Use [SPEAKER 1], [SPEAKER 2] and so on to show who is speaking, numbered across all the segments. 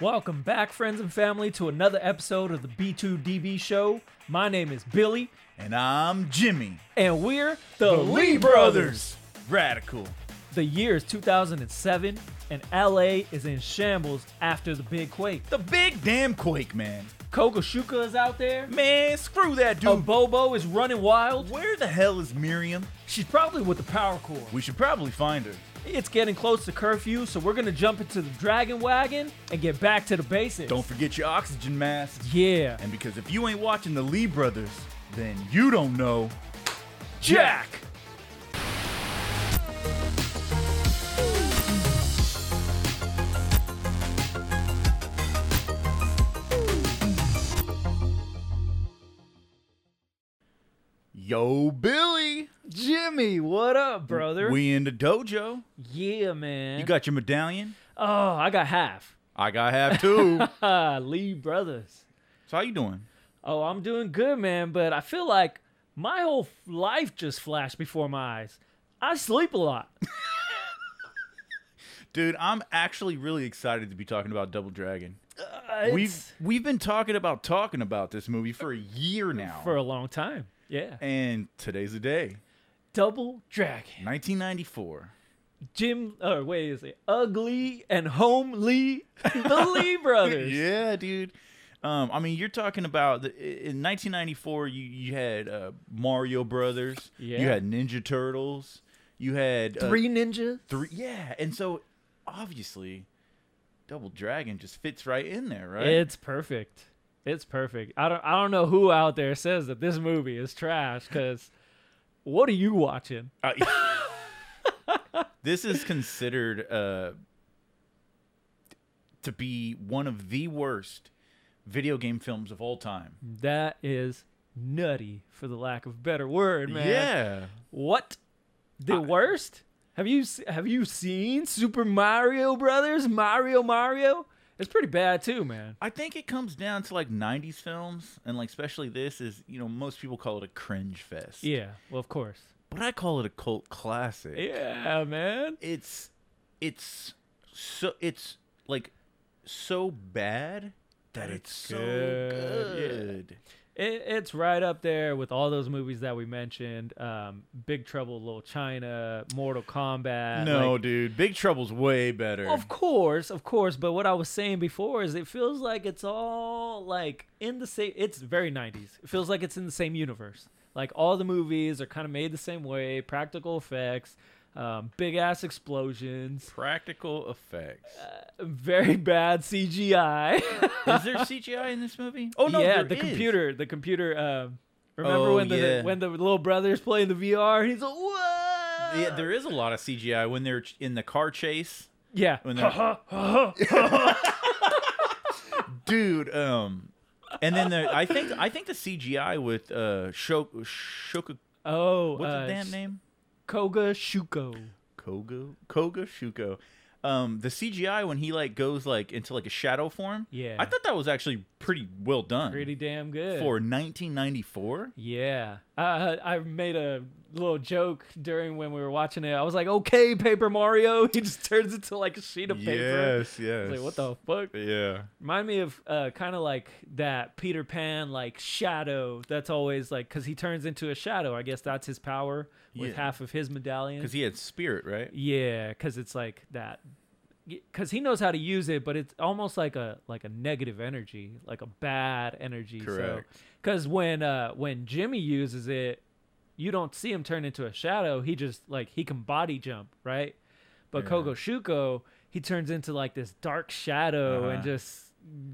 [SPEAKER 1] Welcome back, friends and family, to another episode of the B2DB Show. My name is Billy,
[SPEAKER 2] And I'm Jimmy.
[SPEAKER 1] and we're the, Lee
[SPEAKER 2] Radical.
[SPEAKER 1] The year is 2007, and LA is in shambles after the big quake.
[SPEAKER 2] The big damn quake, man.
[SPEAKER 1] Kokoshuka is out there.
[SPEAKER 2] Man, screw that
[SPEAKER 1] A
[SPEAKER 2] dude.
[SPEAKER 1] Bobo is running wild.
[SPEAKER 2] Where the hell is Miriam?
[SPEAKER 1] She's probably with the Power Core.
[SPEAKER 2] We should probably find her.
[SPEAKER 1] It's getting close to curfew, so we're gonna jump into the Dragon Wagon and get back to the basics.
[SPEAKER 2] Don't forget your oxygen mask.
[SPEAKER 1] Yeah.
[SPEAKER 2] And because if you ain't watching the Lee Brothers, then you don't know.
[SPEAKER 1] Jack!
[SPEAKER 2] Yo, Billy.
[SPEAKER 1] Jimmy, what up, brother?
[SPEAKER 2] We in the dojo.
[SPEAKER 1] yeah, man.
[SPEAKER 2] You got your medallion?
[SPEAKER 1] oh, I got half.
[SPEAKER 2] I got half too.
[SPEAKER 1] Ah, Lee Brothers.
[SPEAKER 2] so how you doing?
[SPEAKER 1] Oh, I'm doing good, man, but I feel like my whole f- life just flashed before my eyes. I sleep a lot.
[SPEAKER 2] Dude, I'm actually really excited to be talking about Double Dragon.
[SPEAKER 1] Uh,
[SPEAKER 2] We've
[SPEAKER 1] it's
[SPEAKER 2] we've been talking about talking about this movie for a year now.
[SPEAKER 1] for a long time. Yeah.
[SPEAKER 2] and today's the day.
[SPEAKER 1] Double Dragon.
[SPEAKER 2] 1994.
[SPEAKER 1] Jim, or wait is it Ugly and Homely, the Lee Brothers.
[SPEAKER 2] Yeah, dude. Um, I mean, you're talking about the, in 1994. You you had uh, Mario Brothers.
[SPEAKER 1] Yeah.
[SPEAKER 2] You had Ninja Turtles. You had uh,
[SPEAKER 1] Three ninjas.
[SPEAKER 2] three. Yeah, and so obviously, Double Dragon just fits right in there, right?
[SPEAKER 1] It's perfect. It's perfect. I don't I don't know who out there says that this movie is trash cuz what are you watching?
[SPEAKER 2] Uh, this is considered uh, to be one of the worst video game films of all time.
[SPEAKER 1] That is nutty for the lack of a better word, man.
[SPEAKER 2] Yeah.
[SPEAKER 1] What? The worst? Have you se- have you seen Super Mario Brothers? Mario Mario? It's pretty bad too, man.
[SPEAKER 2] I think it comes down to like 90s films, and like especially this is, you know, most people call it a cringe fest.
[SPEAKER 1] Yeah, well of course.
[SPEAKER 2] But I call it a cult classic.
[SPEAKER 1] Yeah, man.
[SPEAKER 2] It's, it's so, it's like so bad that it's, so
[SPEAKER 1] good.
[SPEAKER 2] good.
[SPEAKER 1] It, it's right up there with all those movies that we mentioned. Um, Big Trouble in Little China, Mortal Kombat.
[SPEAKER 2] No,
[SPEAKER 1] like-
[SPEAKER 2] dude. Big Trouble's way better.
[SPEAKER 1] of course, of course. But what I was saying before is it feels like it's all like in the same. It's very '90s. It feels like it's in the same universe. Like all the movies are kind of made the same way, practical effects, um, big ass explosions,
[SPEAKER 2] Practical effects.
[SPEAKER 1] very bad CGI.
[SPEAKER 2] is there CGI in this movie? Oh
[SPEAKER 1] yeah,
[SPEAKER 2] there
[SPEAKER 1] the
[SPEAKER 2] is.
[SPEAKER 1] computer, the computer. Um, remember
[SPEAKER 2] Oh,
[SPEAKER 1] when the
[SPEAKER 2] yeah.
[SPEAKER 1] when the little brother's playing the VR? And he's like, "What?"
[SPEAKER 2] Yeah, there is a lot of CGI when they're ch- in the car chase.
[SPEAKER 1] Yeah.
[SPEAKER 2] When they're... Dude, um, and then the, I think I think the CGI with uh Shok Shoka
[SPEAKER 1] Oh,
[SPEAKER 2] what's
[SPEAKER 1] uh,
[SPEAKER 2] the damn name?
[SPEAKER 1] Koga Shuko.
[SPEAKER 2] Koga Koga Shuko. Um, the CGI when he like goes like into like a shadow form.
[SPEAKER 1] Yeah.
[SPEAKER 2] I thought that was actually pretty well done
[SPEAKER 1] Pretty damn good.
[SPEAKER 2] for 1994.
[SPEAKER 1] Yeah. Uh, I made a little joke during when we were watching it. I was like, okay, Paper Mario. He just turns into like a sheet of paper. I
[SPEAKER 2] yes.
[SPEAKER 1] was like, what the fuck?
[SPEAKER 2] Yeah.
[SPEAKER 1] Remind me of uh, kind of like that Peter Pan like shadow. That's always like because he turns into a shadow. I guess that's his power with
[SPEAKER 2] Yeah.
[SPEAKER 1] half of his medallion.
[SPEAKER 2] Because he had spirit, right?
[SPEAKER 1] yeah, because it's like that. Because he knows how to use it, but it's almost like a like a negative energy, like a bad energy.
[SPEAKER 2] Correct.
[SPEAKER 1] Because when uh when Jimmy uses it, you don't see him turn into a shadow. He just like he can body jump, right? But
[SPEAKER 2] Yeah.
[SPEAKER 1] Kogo Shuko, he turns into like this dark shadow and
[SPEAKER 2] Uh-huh.
[SPEAKER 1] just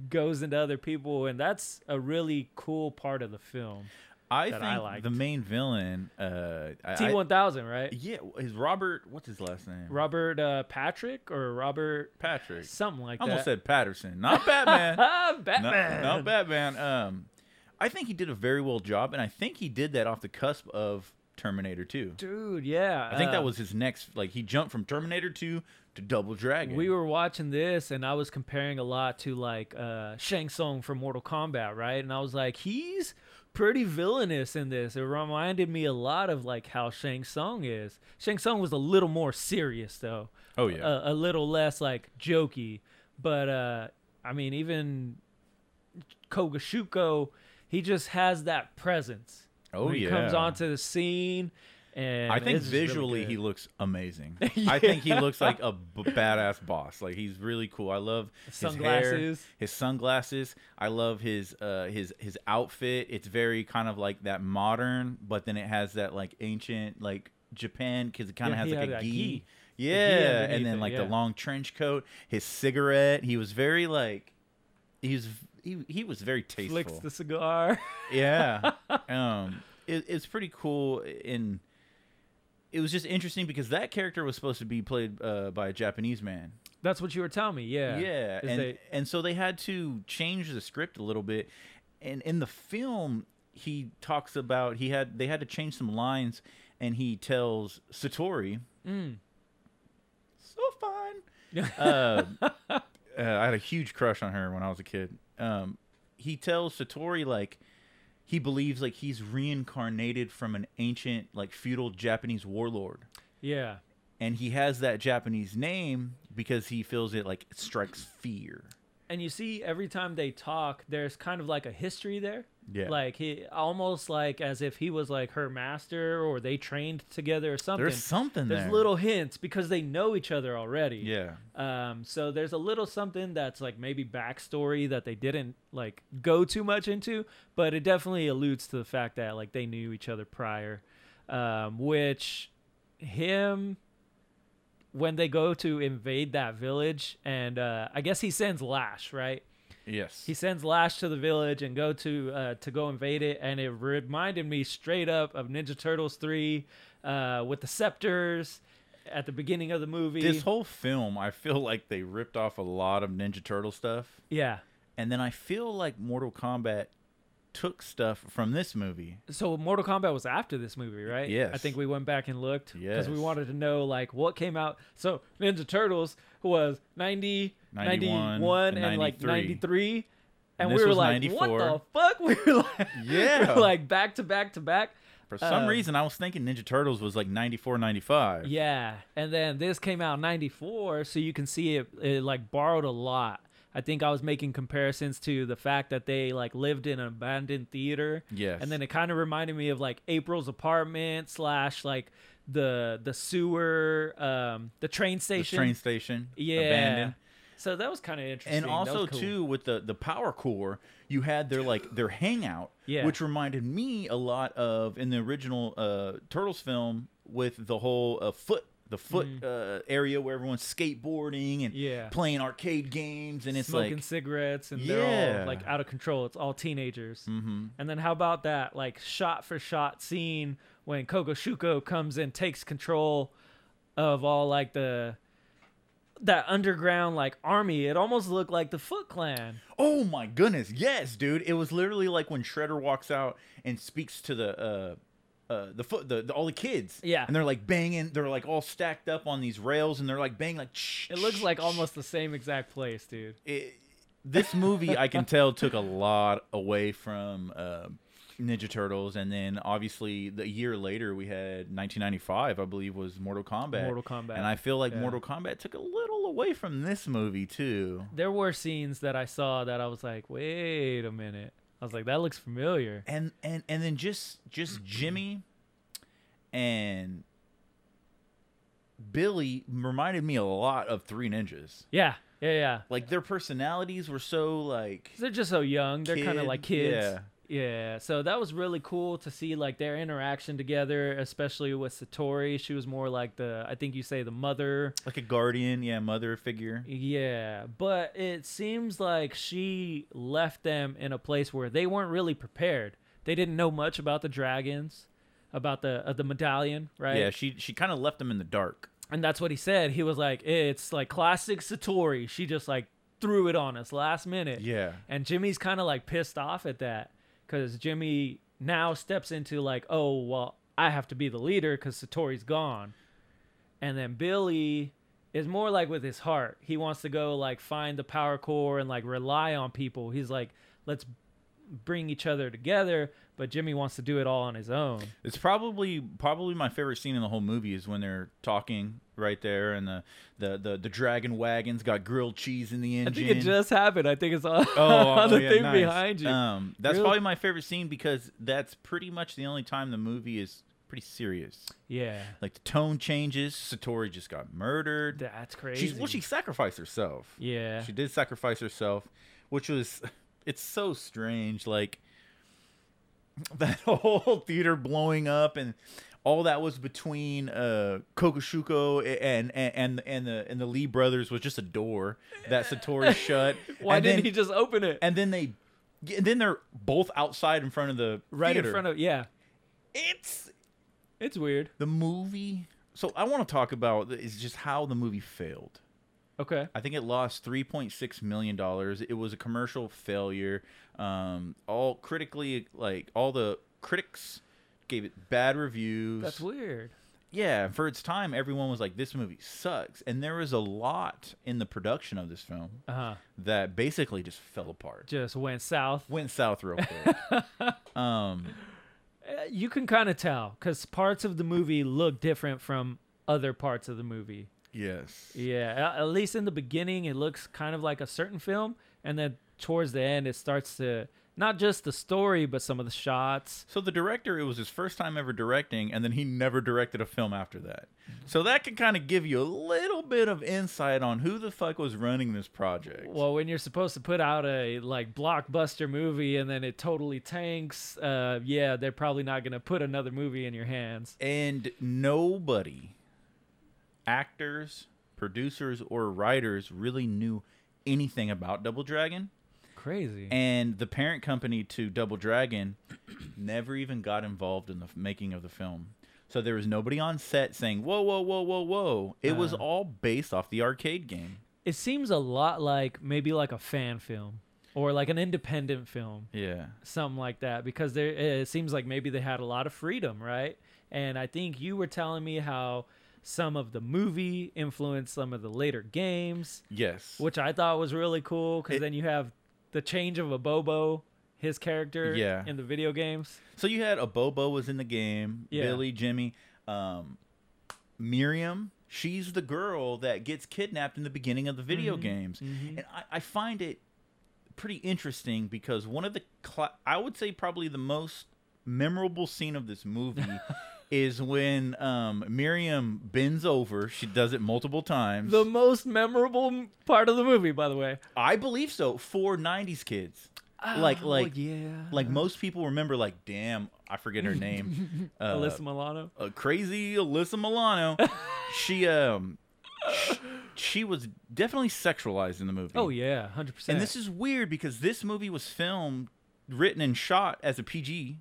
[SPEAKER 1] goes into other people, and that's a really cool part of the film.
[SPEAKER 2] I
[SPEAKER 1] that
[SPEAKER 2] think
[SPEAKER 1] I
[SPEAKER 2] the
[SPEAKER 1] liked.
[SPEAKER 2] main villain, uh, I-
[SPEAKER 1] T
[SPEAKER 2] I-
[SPEAKER 1] one thousand, right?
[SPEAKER 2] yeah, is Robert. What's his last name?
[SPEAKER 1] Robert uh, Patrick or Robert
[SPEAKER 2] Patrick.
[SPEAKER 1] something like
[SPEAKER 2] I almost
[SPEAKER 1] that.
[SPEAKER 2] said Patterson, not Batman.
[SPEAKER 1] ah,
[SPEAKER 2] No,
[SPEAKER 1] Batman.
[SPEAKER 2] not Batman. Um, I think he did a very well job, and I think he did that off the cusp of Terminator Two.
[SPEAKER 1] Dude, yeah.
[SPEAKER 2] I think
[SPEAKER 1] uh,
[SPEAKER 2] that was his next. Like he jumped from Terminator Two to Double Dragon.
[SPEAKER 1] We were watching this, and I was comparing a lot to like uh, Shang Tsung from Mortal Kombat, right? And I was like, he's pretty villainous in this. It reminded me a lot of like how Shang Tsung is. Shang Tsung was a little more serious though.
[SPEAKER 2] Oh, yeah.
[SPEAKER 1] a, a little less like jokey, but uh, I mean, even Kogashuko, he just has that presence.
[SPEAKER 2] Oh
[SPEAKER 1] when
[SPEAKER 2] yeah.
[SPEAKER 1] he comes onto the scene, and
[SPEAKER 2] I think
[SPEAKER 1] it's just really
[SPEAKER 2] visually
[SPEAKER 1] good.
[SPEAKER 2] he looks amazing. I think he looks like a b- badass boss. Like he's really cool. I love his hair,
[SPEAKER 1] Sunglasses.
[SPEAKER 2] his sunglasses. I love his uh his his outfit. It's very kind of like that modern, but then it has that like ancient like Japan because it kind
[SPEAKER 1] Yeah,
[SPEAKER 2] of
[SPEAKER 1] he
[SPEAKER 2] has
[SPEAKER 1] had that
[SPEAKER 2] like a gi.
[SPEAKER 1] gi. gi
[SPEAKER 2] Yeah,
[SPEAKER 1] underneath
[SPEAKER 2] and then
[SPEAKER 1] it,
[SPEAKER 2] like the
[SPEAKER 1] yeah.
[SPEAKER 2] long trench coat, his cigarette. He was very like he was he, he was very tasteful
[SPEAKER 1] flicks the cigar.
[SPEAKER 2] yeah um it, it's pretty cool and it was just interesting because that character was supposed to be played uh, by a japanese man
[SPEAKER 1] That's what you were telling me. Yeah.
[SPEAKER 2] yeah
[SPEAKER 1] Is
[SPEAKER 2] and,
[SPEAKER 1] they-
[SPEAKER 2] and so they had to change the script a little bit and in the film he talks about he had they had to change some lines and he tells satori
[SPEAKER 1] Mm.
[SPEAKER 2] so fun uh, uh, I had a huge crush on her when I was a kid. Um, he tells Satori like he believes like he's reincarnated from an ancient like feudal Japanese warlord,
[SPEAKER 1] yeah.
[SPEAKER 2] and he has that Japanese name because he feels it like strikes fear.
[SPEAKER 1] And you see, every time they talk, there's kind of like a history there.
[SPEAKER 2] Yeah,
[SPEAKER 1] Like he almost like as if he was like her master or they trained together or something.
[SPEAKER 2] there's something
[SPEAKER 1] There's
[SPEAKER 2] there.
[SPEAKER 1] little hints because they know each other already.
[SPEAKER 2] yeah.
[SPEAKER 1] Um, so there's a little something that's like maybe backstory that they didn't like go too much into, but it definitely alludes to the fact that like they knew each other prior. Um, which him when they go to invade that village and uh, I guess he sends Lash, right?
[SPEAKER 2] Yes.
[SPEAKER 1] He sends Lash to the village and go to uh, to go invade it, and it reminded me straight up of Ninja Turtles three uh, with the scepters at the beginning of the movie.
[SPEAKER 2] this whole film, I feel like they ripped off a lot of Ninja Turtle stuff,
[SPEAKER 1] yeah.
[SPEAKER 2] and then I feel like Mortal Kombat took stuff from this movie.
[SPEAKER 1] So Mortal Kombat was after this movie, right?
[SPEAKER 2] Yes.
[SPEAKER 1] I think we went back and looked because we
[SPEAKER 2] Yes.
[SPEAKER 1] wanted to know like what came out. So Ninja Turtles was 90, 91,
[SPEAKER 2] 91,
[SPEAKER 1] and,
[SPEAKER 2] and
[SPEAKER 1] like 93. And,
[SPEAKER 2] And
[SPEAKER 1] we
[SPEAKER 2] this
[SPEAKER 1] were
[SPEAKER 2] was
[SPEAKER 1] like, what
[SPEAKER 2] 94.
[SPEAKER 1] the fuck? We were like, we
[SPEAKER 2] Yeah.
[SPEAKER 1] were like back to back to back.
[SPEAKER 2] For some
[SPEAKER 1] Uh,
[SPEAKER 2] reason, I was thinking Ninja Turtles was like 94, 95.
[SPEAKER 1] Yeah, and then this came out in '94, so you can see it, it like borrowed a lot. I think I was making comparisons to the fact that they like lived in an abandoned theater.
[SPEAKER 2] Yes.
[SPEAKER 1] and then it kind of reminded me of like April's apartment slash like the the sewer, um, the train
[SPEAKER 2] The
[SPEAKER 1] station.
[SPEAKER 2] train station.
[SPEAKER 1] yeah.
[SPEAKER 2] Abandoned.
[SPEAKER 1] So that was kind of interesting.
[SPEAKER 2] And
[SPEAKER 1] That
[SPEAKER 2] also
[SPEAKER 1] was cool.
[SPEAKER 2] too with the the power core, you had their like their hangout,
[SPEAKER 1] Yeah.
[SPEAKER 2] which reminded me a lot of in the original uh, Turtles film with the whole uh, foot the foot uh, area where everyone's skateboarding and
[SPEAKER 1] Mm-hmm. Yeah.
[SPEAKER 2] playing arcade games, and it's
[SPEAKER 1] smoking
[SPEAKER 2] like
[SPEAKER 1] cigarettes and they're all
[SPEAKER 2] Yeah.
[SPEAKER 1] like out of control. It's all teenagers. Mm-hmm. And then how about that like shot for shot scene when Kogoshuko comes and takes control of all like the that underground like army. It almost looked like the Foot Clan.
[SPEAKER 2] Oh my goodness, yes, dude! It was literally like when Shredder walks out and speaks to the uh, uh, the foot, the, the all the kids.
[SPEAKER 1] Yeah.
[SPEAKER 2] and they're like banging. They're like all stacked up on these rails, and they're like banging like.
[SPEAKER 1] It looks like almost the same exact place, dude.
[SPEAKER 2] It, this movie, I can tell, took a lot away from uh, Ninja Turtles, and then obviously the year later we had 1995, I believe, was Mortal Kombat.
[SPEAKER 1] Mortal Kombat,
[SPEAKER 2] and I feel like
[SPEAKER 1] yeah.
[SPEAKER 2] Mortal Kombat took a little away from this movie too.
[SPEAKER 1] There were scenes that I saw that I was like, "Wait a minute." I was like, "That looks familiar."
[SPEAKER 2] and and and then just just Jimmy and Billy reminded me a lot of Three Ninjas.
[SPEAKER 1] Yeah. Yeah, yeah.
[SPEAKER 2] Like their personalities were so like
[SPEAKER 1] 'Cause They're just so young. They're kind of
[SPEAKER 2] Kid,
[SPEAKER 1] like kids.
[SPEAKER 2] yeah.
[SPEAKER 1] Yeah, so that was really cool to see like their interaction together, especially with Satori. She was more like the I think you say the mother.
[SPEAKER 2] like a guardian, yeah, mother figure.
[SPEAKER 1] Yeah, but it seems like she left them in a place where they weren't really prepared. They didn't know much about the dragons, about the uh, the medallion, right?
[SPEAKER 2] Yeah, she she kind of left them in the dark.
[SPEAKER 1] and that's what he said. He was like, "It's like classic Satori. She just like threw it on us last minute."
[SPEAKER 2] Yeah.
[SPEAKER 1] And Jimmy's kind of like pissed off at that because Jimmy now steps into like, oh, well, I have to be the leader because Satori's gone. And then Billy is more like with his heart. He wants to go like find the power core and like rely on people. He's like, let's bring each other together. But Jimmy wants to do it all on his own.
[SPEAKER 2] It's probably probably my favorite scene in the whole movie is when they're talking right there, and the the the, the dragon wagon's got grilled cheese in the
[SPEAKER 1] I
[SPEAKER 2] engine.
[SPEAKER 1] think it just happened. I think it's on,
[SPEAKER 2] Oh,
[SPEAKER 1] on
[SPEAKER 2] oh,
[SPEAKER 1] the
[SPEAKER 2] yeah,
[SPEAKER 1] thing
[SPEAKER 2] nice.
[SPEAKER 1] behind you.
[SPEAKER 2] Um, that's
[SPEAKER 1] Grilled-
[SPEAKER 2] probably my favorite scene because that's pretty much the only time the movie is pretty serious.
[SPEAKER 1] yeah,
[SPEAKER 2] Like the tone changes. Satori just got murdered.
[SPEAKER 1] that's crazy.
[SPEAKER 2] She's well, she sacrificed herself.
[SPEAKER 1] yeah,
[SPEAKER 2] She did sacrifice herself, which was it's so strange. Like that whole theater blowing up and all that was between uh Kokoshuko and and and, and the and the Lee brothers was just a door that Satori shut.
[SPEAKER 1] why
[SPEAKER 2] And
[SPEAKER 1] didn't
[SPEAKER 2] then-
[SPEAKER 1] he just open it
[SPEAKER 2] and then they and then they're both outside in front of the
[SPEAKER 1] right
[SPEAKER 2] theater.
[SPEAKER 1] in front of? Yeah,
[SPEAKER 2] it's
[SPEAKER 1] it's weird.
[SPEAKER 2] the movie. So I want to talk about is just how the movie failed.
[SPEAKER 1] Okay,
[SPEAKER 2] I think it lost 3.6 million dollars. It was a commercial failure. Um, all critically, like all the critics gave it bad reviews.
[SPEAKER 1] that's weird.
[SPEAKER 2] yeah. For its time, everyone was like, "This movie sucks," and there was a lot in the production of this film
[SPEAKER 1] Uh huh.
[SPEAKER 2] that basically just fell apart.
[SPEAKER 1] Just went south.
[SPEAKER 2] Went south real quick. um,
[SPEAKER 1] Uh, You can kind of tell because parts of the movie look different from other parts of the movie.
[SPEAKER 2] yes.
[SPEAKER 1] Yeah, a- at least in the beginning, it looks kind of like a certain film, and then towards the end, it starts to not just the story, but some of the shots.
[SPEAKER 2] So the director, it was his first time ever directing, and then he never directed a film after that. So that can kind of give you a little bit of insight on who the fuck was running this project.
[SPEAKER 1] Well, when you're supposed to put out a like blockbuster movie and then it totally tanks, uh, yeah, they're probably not gonna put another movie in your hands.
[SPEAKER 2] and nobody, actors, producers, or writers, really knew anything about Double Dragon.
[SPEAKER 1] Crazy.
[SPEAKER 2] And the parent company to Double Dragon never even got involved in the f- making of the film. So there was nobody on set saying, whoa, whoa, whoa, whoa, whoa. It was
[SPEAKER 1] Uh.
[SPEAKER 2] all based off the arcade game.
[SPEAKER 1] it seems a lot like maybe like a fan film or like an independent film.
[SPEAKER 2] Yeah.
[SPEAKER 1] something like that because there it seems like maybe they had a lot of freedom right and i think you were telling me how some of the movie influenced some of the later games
[SPEAKER 2] Yes.
[SPEAKER 1] which i thought was really cool
[SPEAKER 2] It-
[SPEAKER 1] because then you have the change of a bobo his character
[SPEAKER 2] Yeah.
[SPEAKER 1] in the video games
[SPEAKER 2] So you had a Bobo was in the game.
[SPEAKER 1] Yeah.
[SPEAKER 2] Billy, Jimmy, um, Miriam. She's the girl that gets kidnapped in the beginning of the video
[SPEAKER 1] Mm-hmm.
[SPEAKER 2] games, and I, I find it pretty interesting because one of the cla I would say probably the most memorable scene of this movie is when um, Miriam bends over. She does it multiple times.
[SPEAKER 1] the most memorable m- part of the movie by the way
[SPEAKER 2] I believe so for '90s kids. Like,
[SPEAKER 1] Oh,
[SPEAKER 2] like,
[SPEAKER 1] yeah
[SPEAKER 2] like most people remember. Like, damn, I forget her name. Uh,
[SPEAKER 1] alyssa milano
[SPEAKER 2] a crazy Alyssa Milano. she um sh- she was definitely sexualized in the movie.
[SPEAKER 1] oh yeah 100%
[SPEAKER 2] And this is weird because this movie was filmed, written and shot as a PG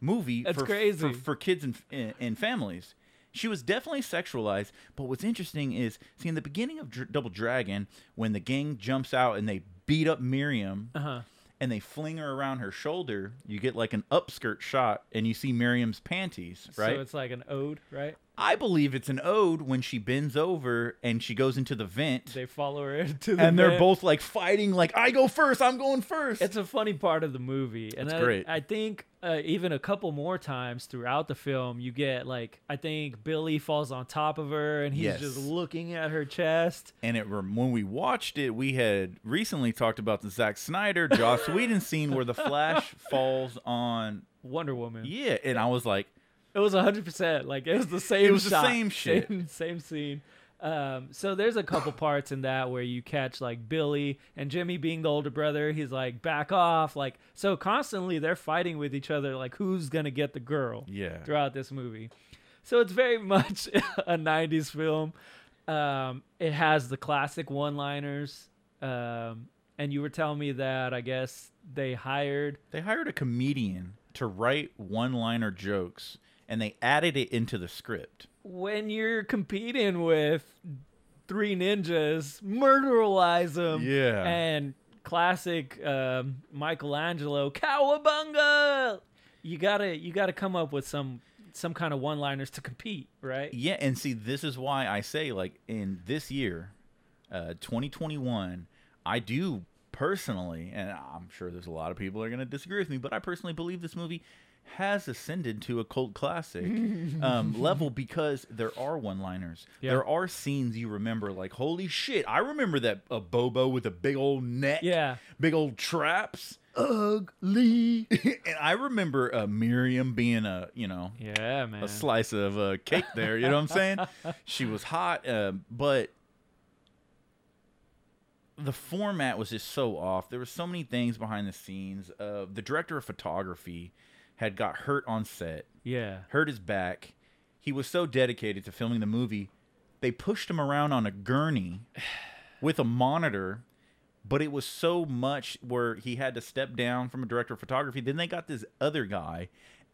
[SPEAKER 2] movie
[SPEAKER 1] That's
[SPEAKER 2] for,
[SPEAKER 1] crazy.
[SPEAKER 2] for for kids and and- and families. She was definitely sexualized, but what's interesting is see in the beginning of Dr- Double Dragon when the gang jumps out and they beat up Miriam
[SPEAKER 1] uh-huh
[SPEAKER 2] and they fling her around her shoulder, you get like an upskirt shot and you see Miriam's panties, right?
[SPEAKER 1] so it's like an ode right
[SPEAKER 2] I believe it's an ode when she bends over and she goes into the vent,
[SPEAKER 1] they follow her into the
[SPEAKER 2] and they're
[SPEAKER 1] van.
[SPEAKER 2] both like fighting, like I go first, I'm going first.
[SPEAKER 1] It's a funny part of the movie, and
[SPEAKER 2] It's
[SPEAKER 1] I,
[SPEAKER 2] great.
[SPEAKER 1] I think uh, even a couple more times throughout the film, you get like I think Billy falls on top of her, and he's
[SPEAKER 2] Yes.
[SPEAKER 1] just looking at her chest.
[SPEAKER 2] and it rem- when we watched it, we had recently talked about the Zack Snyder, Joss Whedon scene where the Flash falls on.
[SPEAKER 1] Wonder Woman.
[SPEAKER 2] Yeah, and I was like,
[SPEAKER 1] It was hundred percent like it was the same.
[SPEAKER 2] was the
[SPEAKER 1] shot,
[SPEAKER 2] same shit.
[SPEAKER 1] same, same scene. Um, so there's a couple parts in that where you catch like Billy and Jimmy being the older brother. He's like, back off, like so constantly they're fighting with each other, like who's gonna get the girl.
[SPEAKER 2] yeah,
[SPEAKER 1] throughout this movie. So it's very much a 90s film. Um, it has the classic one liners. Um, and you were telling me that I guess they hired.
[SPEAKER 2] they hired a comedian to write one-liner jokes, and they added it into the script.
[SPEAKER 1] When you're competing with three ninjas, murderize them.
[SPEAKER 2] Yeah.
[SPEAKER 1] And classic um, Michelangelo, cowabunga! You gotta you gotta come up with some some kind of one liners to compete, right?
[SPEAKER 2] Yeah, and see, this is why I say, like, in this year, uh, 2021, I do personally, and I'm sure there's a lot of people that are going to disagree with me, but I personally believe this movie has ascended to a cult classic um, level because there are one-liners.
[SPEAKER 1] Yeah.
[SPEAKER 2] There are scenes you remember, like holy shit, I remember that a Bobo with a big old neck,
[SPEAKER 1] Yeah.
[SPEAKER 2] big old traps, ugly. and I remember uh, Miriam being a you know
[SPEAKER 1] Yeah, man.
[SPEAKER 2] a slice of uh, cake there. You know what I'm saying? she was hot, uh, but the format was just so off. There were so many things behind the scenes. Uh, the director of photography had got hurt on set,
[SPEAKER 1] yeah.
[SPEAKER 2] hurt his back. He was so dedicated to filming the movie, they pushed him around on a gurney with a monitor. But it was so much where he had to step down from a director of photography. Then they got this other guy,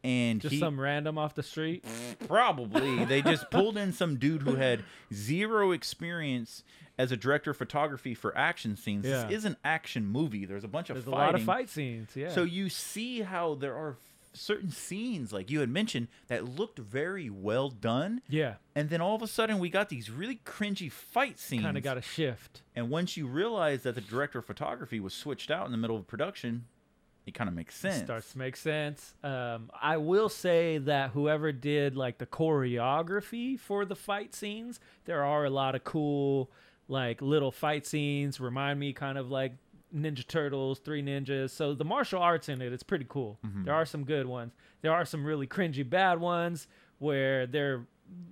[SPEAKER 2] and
[SPEAKER 1] Just
[SPEAKER 2] he,
[SPEAKER 1] some random off the street.
[SPEAKER 2] Probably. They just pulled in some dude who had zero experience as a director of photography for action scenes.
[SPEAKER 1] Yeah.
[SPEAKER 2] This is an action movie. There's a bunch of
[SPEAKER 1] There's a
[SPEAKER 2] fighting.
[SPEAKER 1] lot of fight scenes. Yeah.
[SPEAKER 2] So you see how there are f- certain scenes, like you had mentioned, that looked very well done.
[SPEAKER 1] yeah.
[SPEAKER 2] And then all of a sudden, we got these really cringy fight scenes.
[SPEAKER 1] Kind of got to shift.
[SPEAKER 2] and once you realize that the director of photography was switched out in the middle of production, it kind of makes sense.
[SPEAKER 1] Starts to make sense. Um, I will say that whoever did like the choreography for the fight scenes, there are a lot of cool like little fight scenes. Remind me kind of like Ninja Turtles, Three Ninjas. So the martial arts in it, it's pretty cool.
[SPEAKER 2] Mm-hmm.
[SPEAKER 1] There are some good ones. There are some really cringy bad ones where they're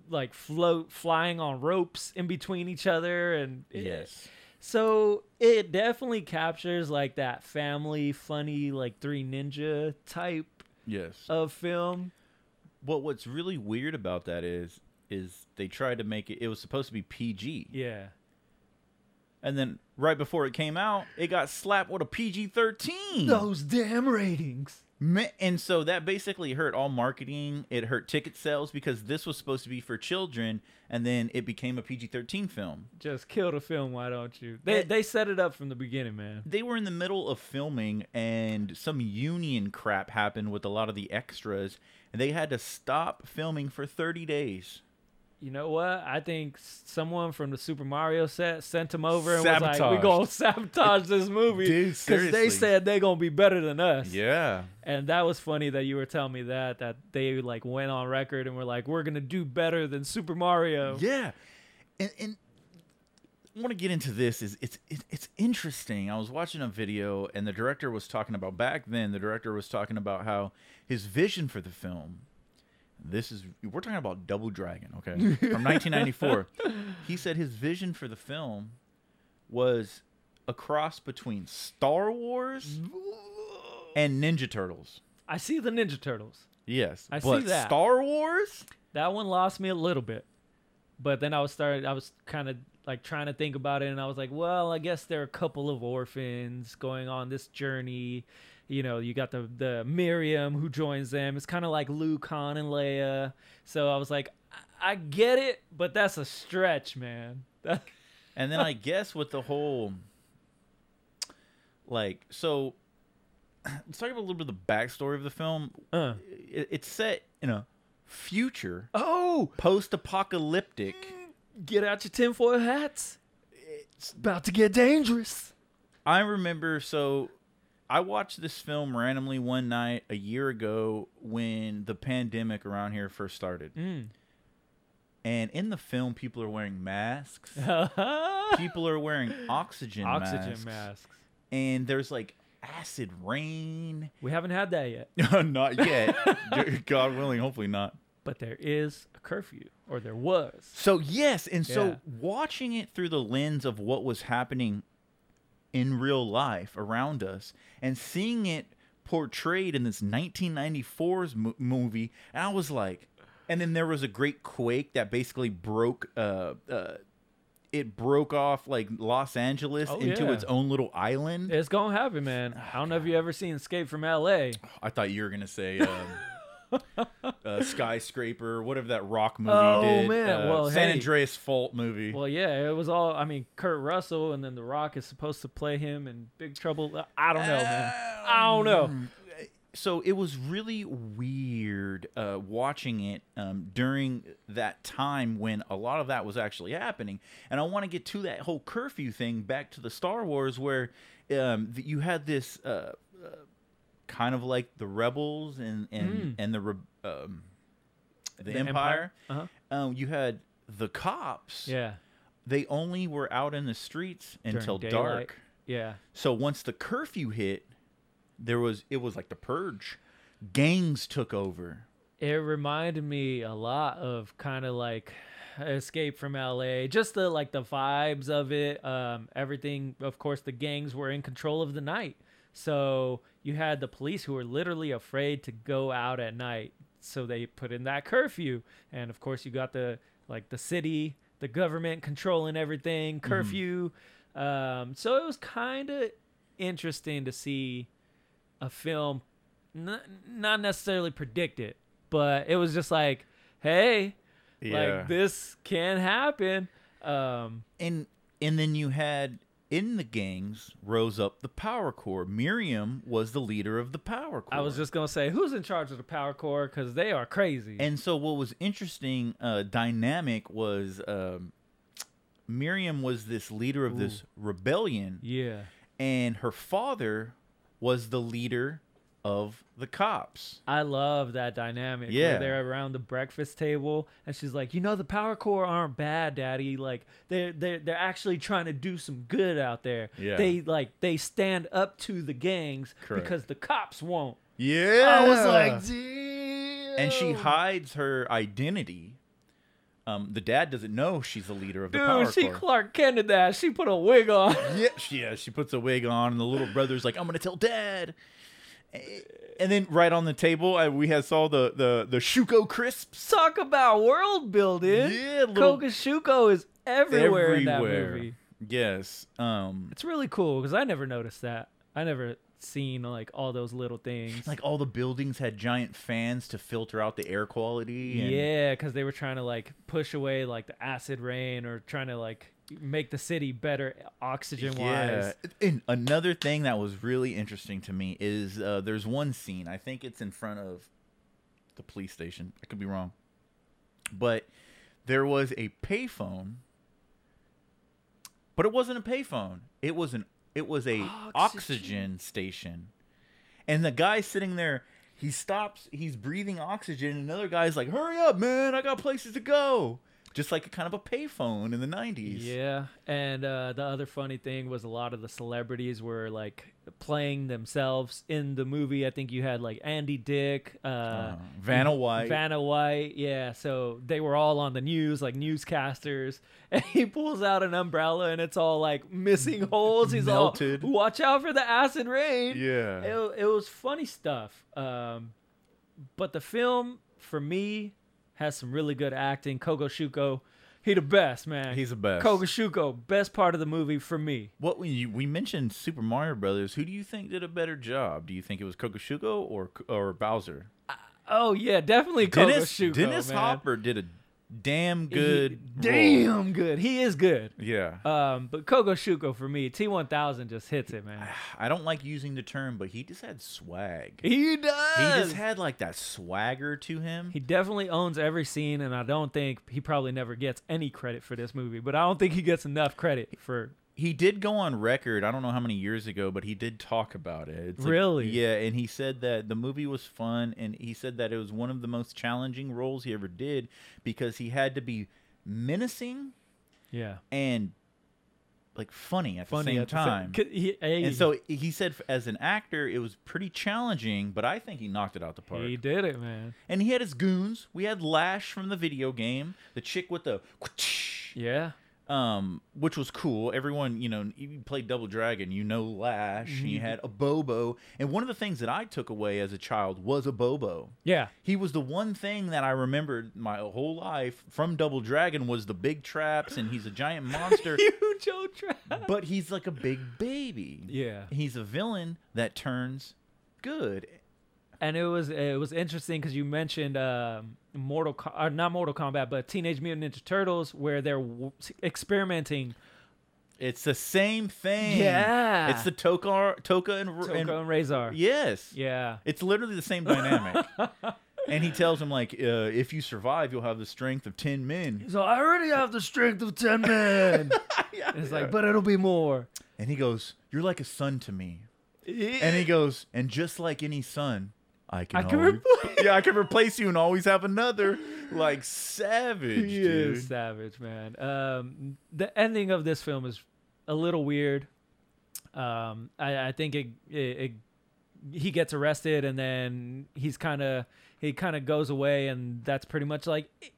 [SPEAKER 1] like float flying on ropes in between each other and
[SPEAKER 2] Yes.
[SPEAKER 1] so it definitely captures like that family, funny, like Three Ninja type
[SPEAKER 2] Yes.
[SPEAKER 1] of film.
[SPEAKER 2] Well, what's really weird about that is is they tried to make it it was supposed to be PG.
[SPEAKER 1] Yeah.
[SPEAKER 2] And then right before it came out, it got slapped with a PG-13.
[SPEAKER 1] damn ratings.
[SPEAKER 2] Ma- And so that basically hurt all marketing, it hurt ticket sales because this was supposed to be for children and then it became a PG-13 film.
[SPEAKER 1] Just kill the film, why don't you? They
[SPEAKER 2] It-
[SPEAKER 1] they set it up from the beginning, man.
[SPEAKER 2] They were in the middle of filming and some union crap happened with a lot of the extras and they had to stop filming for 30 days.
[SPEAKER 1] You know what? I think s- someone from the Super Mario set sent them over and was like, "We
[SPEAKER 2] Sabotaged.
[SPEAKER 1] gonna sabotage this movie
[SPEAKER 2] Dude,
[SPEAKER 1] they
[SPEAKER 2] seriously.
[SPEAKER 1] said they gonna be better than us."
[SPEAKER 2] Yeah.
[SPEAKER 1] And that was funny that you were telling me that that they like went on record and were like, "We're gonna do better than Super Mario."
[SPEAKER 2] Yeah, and and I want to get into this. Is it's it, it's interesting. I was watching a video, and the director was talking about back then. The director was talking about how his vision for the film. This is we're talking about Double Dragon, okay, from 1994. he said his vision for the film was a cross between Star Wars and Ninja Turtles.
[SPEAKER 1] I see the Ninja Turtles.
[SPEAKER 2] Yes,
[SPEAKER 1] I see
[SPEAKER 2] but
[SPEAKER 1] that.
[SPEAKER 2] Star Wars.
[SPEAKER 1] That one lost me a little bit. But then I was started I was kind of like trying to think about it and I was like, well, I guess there are a couple of orphans going on this journey. You know, you got the the Miriam who joins them. It's kind of like Luke, Han and Leia. So I was like, I, I get it, but that's a stretch, man.
[SPEAKER 2] And then I guess with the whole, like, so let's talk about a little bit of the backstory of the film.
[SPEAKER 1] uh.
[SPEAKER 2] It, it's set in a future,
[SPEAKER 1] Oh,
[SPEAKER 2] post-apocalyptic.
[SPEAKER 1] get out your tinfoil hats. It's about to get dangerous.
[SPEAKER 2] I remember so. I watched this film randomly one night a year ago when the pandemic around here first started.
[SPEAKER 1] Mm.
[SPEAKER 2] And in the film, people are wearing masks. people are wearing oxygen,
[SPEAKER 1] Oxygen
[SPEAKER 2] masks.
[SPEAKER 1] masks.
[SPEAKER 2] And there's like acid rain.
[SPEAKER 1] We haven't had that yet.
[SPEAKER 2] not yet. God willing, hopefully not.
[SPEAKER 1] but there is a curfew, or there was.
[SPEAKER 2] So yes, and so
[SPEAKER 1] Yeah.
[SPEAKER 2] watching it through the lens of what was happening in real life around us and seeing it portrayed in this 1994's mo- movie, and I was like, and then there was a great quake that basically broke uh, uh it broke off like Los Angeles
[SPEAKER 1] Oh,
[SPEAKER 2] into
[SPEAKER 1] yeah.
[SPEAKER 2] its own little island.
[SPEAKER 1] It's gonna happen, man. I don't know if you ever seen Escape from L.A.
[SPEAKER 2] I thought you were gonna say um, uh, skyscraper, whatever that rock movie
[SPEAKER 1] Oh,
[SPEAKER 2] did.
[SPEAKER 1] man.
[SPEAKER 2] uh,
[SPEAKER 1] Well,
[SPEAKER 2] San
[SPEAKER 1] hey.
[SPEAKER 2] Andreas Fault movie.
[SPEAKER 1] Well, yeah, it was all. I mean, Kurt Russell, and then The Rock is supposed to play him in Big Trouble. I don't know, man. I don't know.
[SPEAKER 2] so it was really weird uh, watching it um, during that time when a lot of that was actually happening. And I want to get to that whole curfew thing back to the Star Wars, where um, th- you had this uh, uh, kind of like the rebels and and
[SPEAKER 1] Mm.
[SPEAKER 2] and the re- um, the,
[SPEAKER 1] The
[SPEAKER 2] empire.
[SPEAKER 1] Uh-huh.
[SPEAKER 2] Um, you had the cops.
[SPEAKER 1] Yeah.
[SPEAKER 2] They only were out in the streets
[SPEAKER 1] During
[SPEAKER 2] until
[SPEAKER 1] daylight.
[SPEAKER 2] dark.
[SPEAKER 1] Yeah.
[SPEAKER 2] So once the curfew hit, there was it was like the purge. Gangs took over.
[SPEAKER 1] It reminded me a lot of kind of like Escape from LA. Just the like the vibes of it. Um everything of course the gangs were in control of the night. So you had the police who were literally afraid to go out at night. So they put in that curfew. And of course you got the like the city, the government controlling everything, curfew. Um so it was kind of interesting to see a film n- not necessarily predict it, but it was just like, hey, like this can happen. Um,
[SPEAKER 2] and and then you had in the gangs rose up the power core. Miriam was the leader of the power core.
[SPEAKER 1] I was just gonna say, who's in charge of the power core? Because they are crazy.
[SPEAKER 2] And so what was interesting uh, dynamic was um, Miriam was this leader of this rebellion,
[SPEAKER 1] yeah,
[SPEAKER 2] and her father was the leader of the cops.
[SPEAKER 1] I love that dynamic. where
[SPEAKER 2] Yeah.
[SPEAKER 1] they're around the breakfast table, and she's like, you know, the power core aren't bad, Daddy. Like they're they're they're actually trying to do some good out there.
[SPEAKER 2] Yeah.
[SPEAKER 1] They like they stand up to the gangs
[SPEAKER 2] Correct.
[SPEAKER 1] because the cops won't.
[SPEAKER 2] Yeah,
[SPEAKER 1] I was like,
[SPEAKER 3] damn.
[SPEAKER 2] and she hides her identity. Um, the dad doesn't know she's the leader of the power
[SPEAKER 1] Dude, she
[SPEAKER 2] core.
[SPEAKER 1] Clark Kented that. She put a wig on.
[SPEAKER 2] yeah, she yeah, she puts a wig on, and the little brother's like, "I'm gonna tell dad." And then right on the table, I, we had saw the the the Shuko crisps.
[SPEAKER 1] Talk about world building.
[SPEAKER 2] Yeah, little-
[SPEAKER 1] Kokushuko is everywhere, in that movie.
[SPEAKER 2] Yes. Um,
[SPEAKER 1] It's really cool because I never noticed that. I never seen like all those little things.
[SPEAKER 2] like all the buildings had giant fans to filter out the air quality. And
[SPEAKER 1] yeah, because they were trying to like push away like the acid rain or trying to like make the city better oxygen
[SPEAKER 2] Yeah.
[SPEAKER 1] wise.
[SPEAKER 2] And another thing that was really interesting to me is uh, there's one scene. I think it's in front of the police station. I could be wrong, but there was a payphone. But it wasn't a payphone. It was an it was a oxygen.
[SPEAKER 1] Oxygen.
[SPEAKER 2] station, and the guy sitting there. He stops. He's breathing oxygen. And another guy's like, "Hurry up, man! I got places to go." Just like a kind of a payphone in the '90s.
[SPEAKER 1] Yeah, and uh, the other funny thing was a lot of the celebrities were like playing themselves in the movie. I think you had like Andy Dick, uh,
[SPEAKER 2] Uh, Vanna White.
[SPEAKER 1] Vanna White, yeah. So they were all on the news, like newscasters. And he pulls out an umbrella, and it's all like missing holes. He's
[SPEAKER 2] Melted.
[SPEAKER 1] all, "Watch out for the acid rain."
[SPEAKER 2] Yeah.
[SPEAKER 1] It, it was funny stuff. Um, but the film for me has some really good acting. Kogo Shuko, he the best man.
[SPEAKER 2] He's the best.
[SPEAKER 1] Kogo Shuko, best part of the movie for me.
[SPEAKER 2] What we you, we mentioned Super Mario Brothers. Who do you think did a better job? Do you think it was Kokushuko or or Bowser?
[SPEAKER 1] Oh yeah, definitely Kogo
[SPEAKER 2] Dennis
[SPEAKER 1] Shuko.
[SPEAKER 2] Dennis
[SPEAKER 1] man.
[SPEAKER 2] Hopper did a damn
[SPEAKER 1] He-
[SPEAKER 2] good. role.
[SPEAKER 1] damn good. He is good.
[SPEAKER 2] Yeah.
[SPEAKER 1] Um, but Kogo Shuko for me, T1000 just hits it, man.
[SPEAKER 2] I don't like using the term, but he just had swag. He
[SPEAKER 1] He does. He,
[SPEAKER 2] just had like that swagger to him.
[SPEAKER 1] definitely owns every scene, and I don't think he probably never gets any credit for this movie. But I don't think he gets enough credit for.
[SPEAKER 2] he did go on record i don't know how many years ago but he did talk about it It's like-
[SPEAKER 1] Really?
[SPEAKER 2] yeah and he said that the movie was fun and he said that it was one of the most challenging roles he ever did because he had to be menacing
[SPEAKER 1] Yeah,
[SPEAKER 2] and like funny at
[SPEAKER 1] funny
[SPEAKER 2] the same
[SPEAKER 1] at sa-
[SPEAKER 2] time
[SPEAKER 1] 'Cause he- hey,
[SPEAKER 2] and so he said as an actor it was pretty challenging but i think he knocked it out the park
[SPEAKER 1] he did it, man.
[SPEAKER 2] and he had his goons we had lash from the video game the chick with the
[SPEAKER 1] Yeah,
[SPEAKER 2] um, which was cool. Everyone, you know, you played Double Dragon, you know Lash, and
[SPEAKER 1] Mm-hmm.
[SPEAKER 2] you had a Bobo. And one of the things that I took away as a child was a Bobo.
[SPEAKER 1] yeah.
[SPEAKER 2] He was the one thing that I remembered my whole life from Double Dragon was the big traps, and he's a giant monster,
[SPEAKER 1] Huge old trap.
[SPEAKER 2] but he's like a big baby.
[SPEAKER 1] Yeah.
[SPEAKER 2] He's a villain that turns good.
[SPEAKER 1] and it was it was interesting because you mentioned um, Mortal Co- or not Mortal Kombat, but Teenage Mutant Ninja Turtles, where they're w- experimenting.
[SPEAKER 2] It's the same thing.
[SPEAKER 1] Yeah.
[SPEAKER 2] It's the Toka, Toka and,
[SPEAKER 1] Toka and,
[SPEAKER 2] and
[SPEAKER 1] Razor.
[SPEAKER 2] yes.
[SPEAKER 1] yeah.
[SPEAKER 2] It's literally the same dynamic. and he tells him like, uh, if you survive, you'll have the strength of ten men.
[SPEAKER 1] So I already have the strength of ten men. it's like, but it'll be more.
[SPEAKER 2] And he goes, "You're like a son to me." And he goes, and just like any son, I can.
[SPEAKER 1] I can
[SPEAKER 2] always-
[SPEAKER 1] replace-
[SPEAKER 2] yeah, I can replace you and always have another. Like savage,
[SPEAKER 1] He
[SPEAKER 2] dude.
[SPEAKER 1] is savage, man. Um, the ending of this film is a little weird. Um, I, I think it, it, it he gets arrested and then he's kind of he kind of goes away and that's pretty much like i-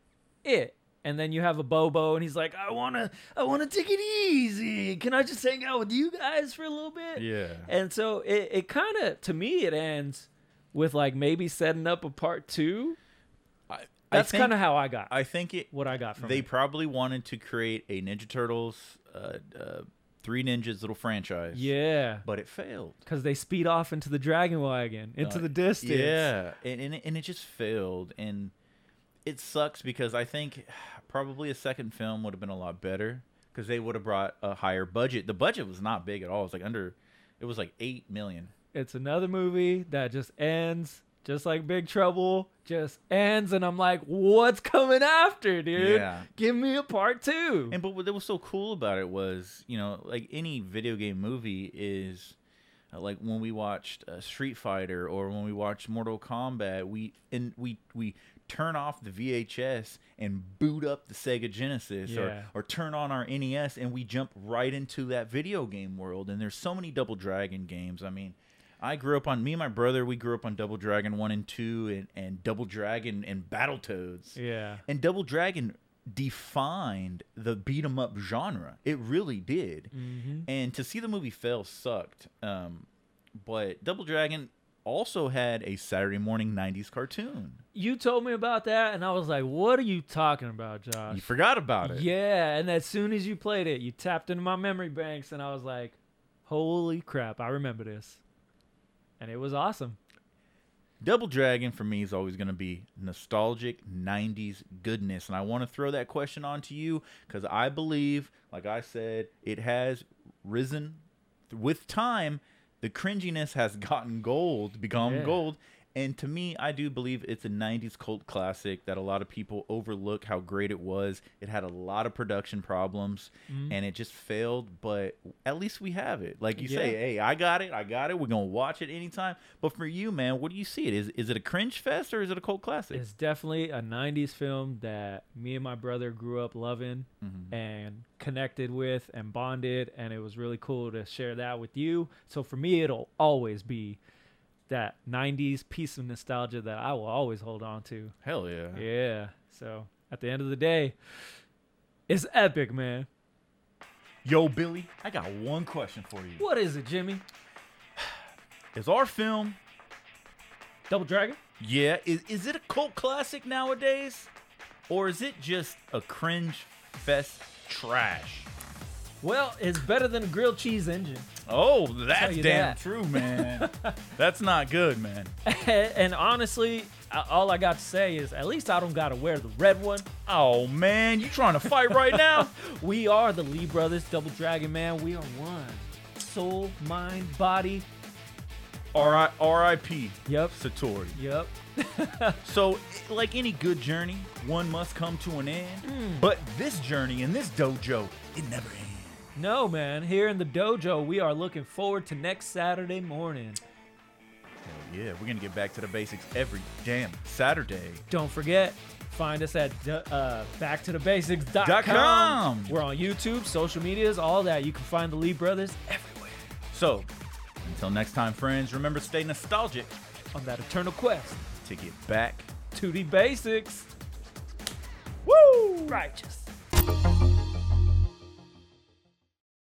[SPEAKER 1] it. And then you have a Bobo and he's like, I wanna I wanna take it easy. Can I just hang out with you guys for a little bit?
[SPEAKER 2] Yeah.
[SPEAKER 1] And so it, it kind of to me it ends with like maybe setting up a part two.
[SPEAKER 2] I,
[SPEAKER 1] That's
[SPEAKER 2] I think,
[SPEAKER 1] kind of how I got
[SPEAKER 2] I think it.
[SPEAKER 1] what I got from
[SPEAKER 2] They
[SPEAKER 1] it.
[SPEAKER 2] probably wanted to create a Ninja Turtles, uh, uh, Three Ninjas little franchise.
[SPEAKER 1] Yeah,
[SPEAKER 2] But it failed.
[SPEAKER 1] because they speed off into the dragon wagon, into
[SPEAKER 2] Uh,
[SPEAKER 1] the distance.
[SPEAKER 2] Yeah, and and it, and it just failed, and it sucks because I think probably a second film would have been a lot better because they would have brought a higher budget. The budget was not big at all. It was like under, it was like eight million.
[SPEAKER 1] it's another movie that just ends, just like Big Trouble, just ends, and I'm like, what's coming after, dude?
[SPEAKER 2] Yeah.
[SPEAKER 1] Give me a part two.
[SPEAKER 2] And but what was so cool about it was, you know, like any video game movie is uh, like when we watched uh, Street Fighter or when we watched Mortal Kombat, we and we we turn off the VHS and boot up the Sega Genesis
[SPEAKER 1] Yeah.
[SPEAKER 2] or or turn on our NES and we jump right into that video game world and there's so many Double Dragon games. I mean, I grew up on me and my brother, we grew up on Double Dragon 1 and 2 and and Double Dragon and Battletoads.
[SPEAKER 1] yeah.
[SPEAKER 2] And Double Dragon defined the beat 'em up genre. It really did. And to see the movie fail sucked. Um, but Double Dragon also had a Saturday morning 90s cartoon.
[SPEAKER 1] You told me about that, and I was like, what are you talking about, Josh?
[SPEAKER 2] You forgot about it.
[SPEAKER 1] Yeah, and as soon as you played it, you tapped into my memory banks, and I was like, holy crap, I remember this. And it was awesome.
[SPEAKER 2] Double Dragon for me is always going to be nostalgic 90s goodness. And I want to throw that question on to you because I believe, like I said, it has risen with time. The cringiness has gotten gold, become
[SPEAKER 1] Yeah.
[SPEAKER 2] gold. And to me, I do believe it's a 90s cult classic that a lot of people overlook how great it was. It had a lot of production problems and it just failed, but at least we have it. Like you say,
[SPEAKER 1] Yeah.
[SPEAKER 2] hey, I got it, I got it. We're gonna watch it anytime. But for you, man, what do you see? It is is it a cringe fest or is it a cult classic?
[SPEAKER 1] It's definitely a 90s film that me and my brother grew up loving and connected with and bonded. And it was really cool to share that with you. So for me, it'll always be that 90s piece of nostalgia that I will always hold on to.
[SPEAKER 2] Hell yeah.
[SPEAKER 1] Yeah. So at the end of the day, it's epic, man.
[SPEAKER 2] Yo, Billy, I got one question for you.
[SPEAKER 1] What is it, Jimmy?
[SPEAKER 2] Is our film
[SPEAKER 1] Double Dragon?
[SPEAKER 2] yeah, is is it a cult classic nowadays? Or is it just a cringe fest trash?
[SPEAKER 1] Well, it's better than a grilled cheese engine.
[SPEAKER 2] Oh, that's
[SPEAKER 1] you
[SPEAKER 2] damn
[SPEAKER 1] that.
[SPEAKER 2] true, man. that's not good, man.
[SPEAKER 1] and honestly, I- all I got to say is at least I don't got to wear the red one.
[SPEAKER 2] Oh man, you trying to fight right now?
[SPEAKER 1] We are the Lee Brothers, Double Dragon Man. We are one. Soul, mind, body.
[SPEAKER 2] R.I. R.I.P.
[SPEAKER 1] Yep.
[SPEAKER 2] Satori.
[SPEAKER 1] Yep.
[SPEAKER 2] So, like any good journey, one must come to an end. But this journey in this dojo, it never ends.
[SPEAKER 1] No, man. Here in the dojo, we are looking forward to next Saturday morning.
[SPEAKER 2] Hell yeah, we're gonna get back to the basics every damn Saturday.
[SPEAKER 1] Don't forget, find us at du- uh,
[SPEAKER 2] Dot com.
[SPEAKER 1] backtobasics.com. We're on YouTube, social medias, all that. You can find the Lee Brothers everywhere
[SPEAKER 2] So, until next time, friends, remember to stay nostalgic
[SPEAKER 1] on that eternal quest
[SPEAKER 2] to get back
[SPEAKER 1] to the basics. Woo! Righteous.